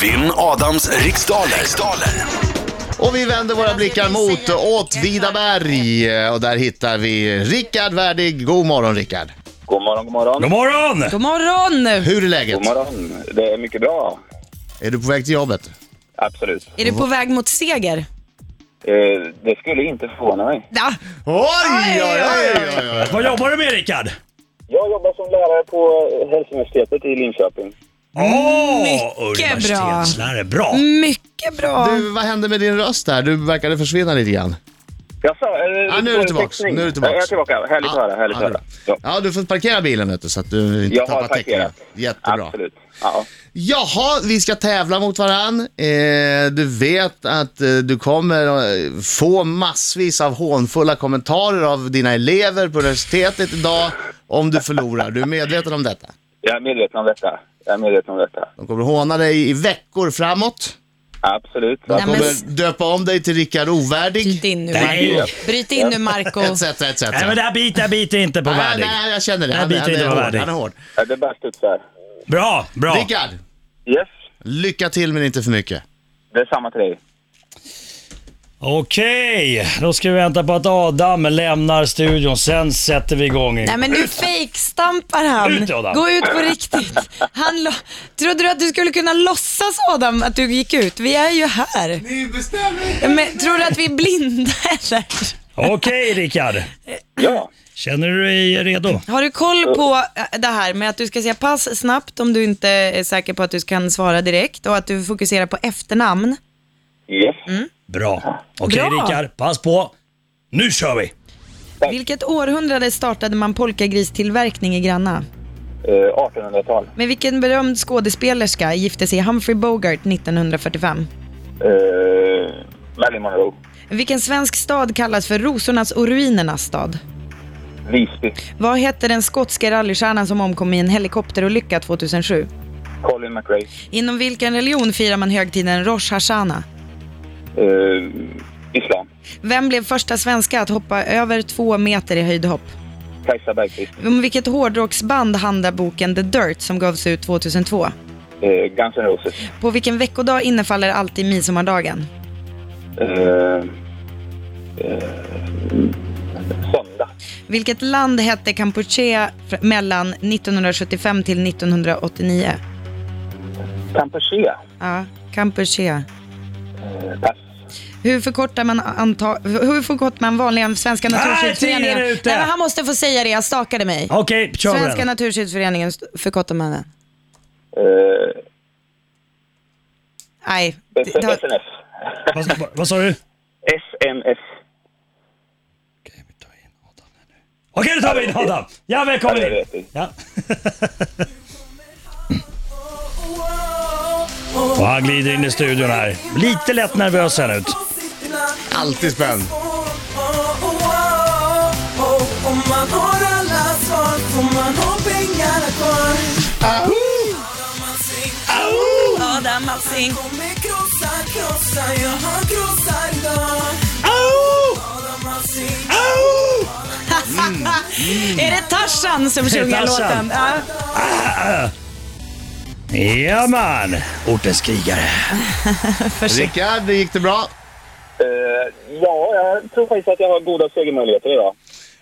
Vinn Adams riksdaler. riksdaler. Och vi vänder våra blickar mot Åtvidaberg och där hittar vi Rickard Värdig. God morgon Rickard! God morgon, god morgon. God morgon! God morgon! Hur är läget? God morgon. Det är mycket bra. Är du på väg till jobbet? Absolut. Är du på väg mot seger? Eh, det skulle inte förvåna mig. Ja. Oj, oj, oj, oj, oj. Vad jobbar du med Rickard? Jag jobbar som lärare på Hälsouniversitetet i Linköping. Åh, Mycket bra. Mm. universitetslärare. Bra! Ah, Mycket bra! Du, vad hände med din röst där? Du verkade försvinna lite grann. Jag sa, eh, Ja, nu är du tillbaks. Nu är du tillbaks. Jag är tillbaka. Härligt att höra. Härligt att ja, höra. Ja. ja, du får parkera bilen vet du, så att du inte Jag har tappar täckningen. parkerat. Jättebra. Absolut. Ja. Jaha, vi ska tävla mot varann. Eh, du vet att eh, du kommer eh, få massvis av hånfulla kommentarer av dina elever på universitetet idag om du förlorar. Du är medveten om detta? Jag är medveten om detta. Jag är medveten om detta. De kommer håna dig i veckor framåt. Absolut. De Nej, men s- kommer döpa om dig till Rickard Ovärdig, Bryt in nu Nej. Marco. Bryt in nu Marco. etc. etc. Nej men det här biter, här biter inte på Nej, värdig. nej, jag känner det. Nej, Han, biter han, inte är på hård, värdig. han är hård. Ja, det är bara studsar. Bra, bra. Rickard, Yes. lycka till men inte för mycket. Det är samma till dig. Okej, då ska vi vänta på att Adam lämnar studion. Sen sätter vi igång. Nej men nu fejkstampar han. Ut, Adam. Gå ut på riktigt. Han lo- Trodde du att du skulle kunna låtsas Adam att du gick ut? Vi är ju här. Ni bestämmer! Ja, Men, tror du att vi är blinda eller? Okej Rickard, Ja. känner du dig redo? Har du koll på eh, det här med att du ska säga pass snabbt om du inte är säker på att du kan svara direkt och att du fokuserar på efternamn? Yes. Mm. Bra. Okej Bra. Rickard, pass på. Nu kör vi! Vilket århundrade startade man polkagristillverkning i Granna? Eh, 1800-tal. Med vilken berömd skådespelerska gifte sig Humphrey Bogart 1945? Eh, Marilyn Monroe. Vilken svensk stad kallas för rosornas och ruinernas stad? Visby. Vad hette den skotska rallystjärnan som omkom i en helikopterolycka 2007? Colin McRae. Inom vilken religion firar man högtiden Rosh Hashanah? Eh, Islam. Vem blev första svenska att hoppa över två meter i höjdhopp? Kajsa Bergqvist. Om vilket hårdrocksband handlar boken The Dirt som gavs ut 2002? Eh, Guns N' Roses. På vilken veckodag innefaller alltid midsommardagen? Eh, eh, söndag. Vilket land hette Kampuchea fr- mellan 1975 till 1989? Kampuchea. Ja, Kampuchea. Eh, pass. Hur förkortar man, anta, hur förkortar man vanliga Svenska Naturskyddsföreningen? tiden är Nej, ute! men han måste få säga det, jag stakade mig. Okej, kör vi Svenska den. Naturskyddsföreningen st- förkortar man den. Eh, Nej. det- S- det- SNS. Vad, vad, vad sa du? SMS. Okej, vi tar in Adam här nu. Okej, då tar vi in Adam! Ja, välkommen Ja, det in! vet vi. Ja. Och han glider in i studion här. Lite lätt nervös ser han ut. Alltid spänd. Om man har alla svar får man ha pengarna kvar Adam Alsing, Adam Alsing. kommer krossa, krossa, ja han krossar idag Adam Alsing, Är det Tarzan som Det är sjunger Tarzan. låten? Ja. Ja man, Ortens krigare. Rickard, gick det bra? Eh, ja, jag tror faktiskt att jag har goda segermöjligheter idag.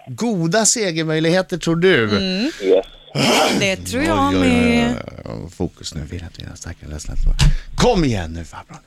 Goda segermöjligheter tror du? Mm. Yes. Det tror Oj, jag oj, oj, med. oj, oj. Fokus nu, vill att dina stackare ledsna Kom igen nu farbror.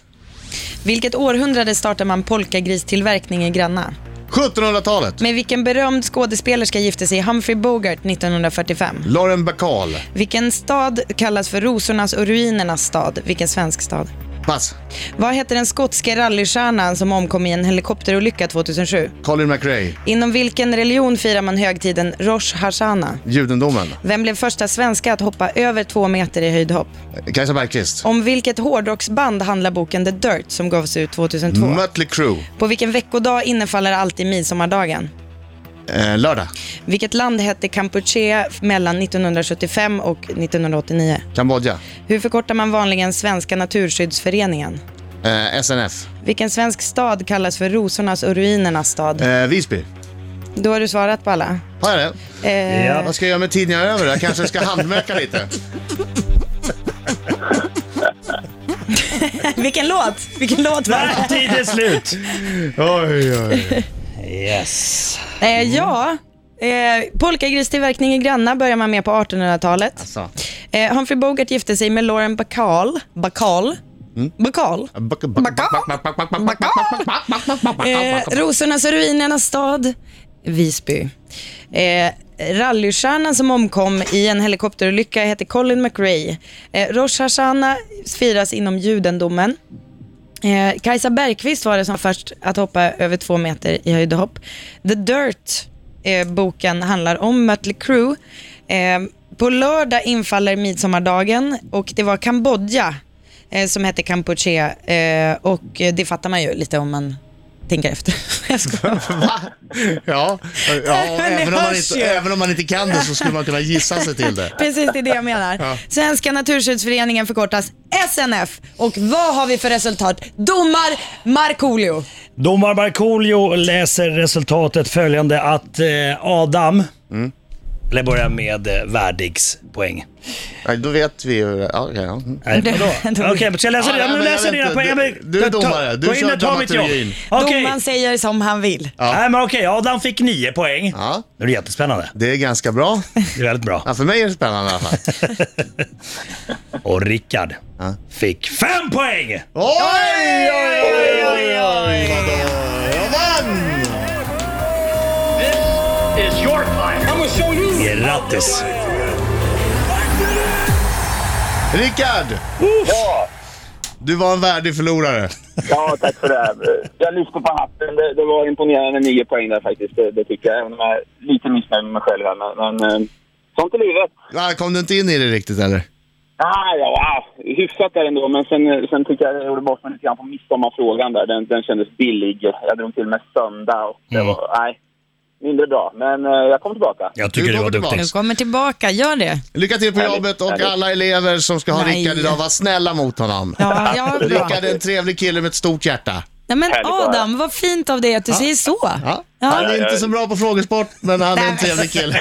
Vilket århundrade startar man polkagristillverkning i Granna? 1700-talet. Med vilken berömd skådespelerska gifte sig Humphrey Bogart 1945? Lauren Bacall. Vilken stad kallas för rosornas och ruinernas stad? Vilken svensk stad? Pass. Vad heter den skotska rallystjärnan som omkom i en helikopterolycka 2007? Colin McRae. Inom vilken religion firar man högtiden Rosh Hashanah? Judendomen. Vem blev första svenska att hoppa över två meter i höjdhopp? Kajsa Bergqvist. Om vilket hårdrocksband handlar boken The Dirt som gavs ut 2002? Mötley Crüe. På vilken veckodag innefaller alltid midsommardagen? Eh, lördag. Vilket land hette Kampuchea mellan 1975 och 1989? Kambodja. Hur förkortar man vanligen Svenska Naturskyddsföreningen? Eh, SNF. Vilken svensk stad kallas för rosornas och ruinernas stad? Eh, Visby. Då har du svarat på alla. Har jag det? Eh, Ja. Vad ska jag göra med tiden jag är över? Jag kanske ska handmöka lite. Vilken låt? Vilken låt var det? Där, tid är slut. Oj, oj, oj. Yes. Eh, ja, eh, polkagristillverkning i Granna börjar man med på 1800-talet. Så. Eh, Humphrey Bogart gifte sig med Lauren Bacall. Bacall? Bacall? Back, back, back, back, back, back, back, back, back, back, back, back, back, back. Eh, rosornas och ruinernas stad, Visby. Eh, Rallystjärnan som omkom i en helikopterolycka hette Colin McRae. Eh, Rosh Hashanah firas inom judendomen. Eh, Kajsa Bergqvist var det som först att hoppa över två meter i höjd och hopp. The Dirt, eh, boken, handlar om Mötley Crüe. Eh, på lördag infaller midsommardagen och det var Kambodja eh, som hette Kampuchea eh, och eh, det fattar man ju lite om man tänker efter. Jag skojar. Va? Ja, ja Men det även, om man hörs ju. inte, även om man inte kan det så skulle man kunna gissa sig till det. Precis, det är det jag menar. Svenska Naturskyddsföreningen alltså förkortas SNF och vad har vi för resultat? Domar Markoolio. Domar Markoolio läser resultatet följande att eh, Adam, Mm. eller börjar med eh, värdigs poäng. Nej, då vet vi ju. Ja, okej, ja. Nej, Det- vadå? Okej, men ska jag läsa Ja, det? nej, Ja, men men jag läser vet dina inte. poäng. Ja, men- Du- du är ta- domare. Du gå in och kör ta mitt jobb. dramaturgin. Okej. Domaren säger som han vill. Nej men okej, Adam fick nio poäng. Ja. Det är jättespännande. Det är ganska bra. Det är väldigt bra. Ja, för mig är det spännande i alla fall. Och Rickard fick fem poäng! Oj, oj, oj, oj, oj. Jag vann! Grattis! Rickard! Ja, Du var en värdig förlorare. ja, tack för det. här. Eh, Jag lyfter på hatten. Det, det var imponerande nio poäng där faktiskt. Det, det tycker jag. Även om jag är lite missnöjd med mig själv här. Men, men eh, sånt är livet. Ja, Kom du inte in i det riktigt eller? Ah, ja, ah, hyfsat där ändå, men sen, sen tycker jag jag gjorde bort mig lite grann på midsommarfrågan där. Den, den kändes billig. Jag drog till med söndag och det Mm. var, nej, mindre bra. Men eh, jag kom tillbaka. Jag tycker Du du var kommer duktig. tillbaka. Nu kommer tillbaka, gör det. Lycka till på Härligt, jobbet och härligt. alla elever som ska ha Nej. Rickard idag, var snälla mot honom. Ja, ja bra. Rickard är en trevlig kille med ett stort hjärta. Nej, men Härligt att höra. Adam, vad fint av dig att du säger så. Ja. Ja. Han är inte så bra på frågesport, men han är en trevlig kille.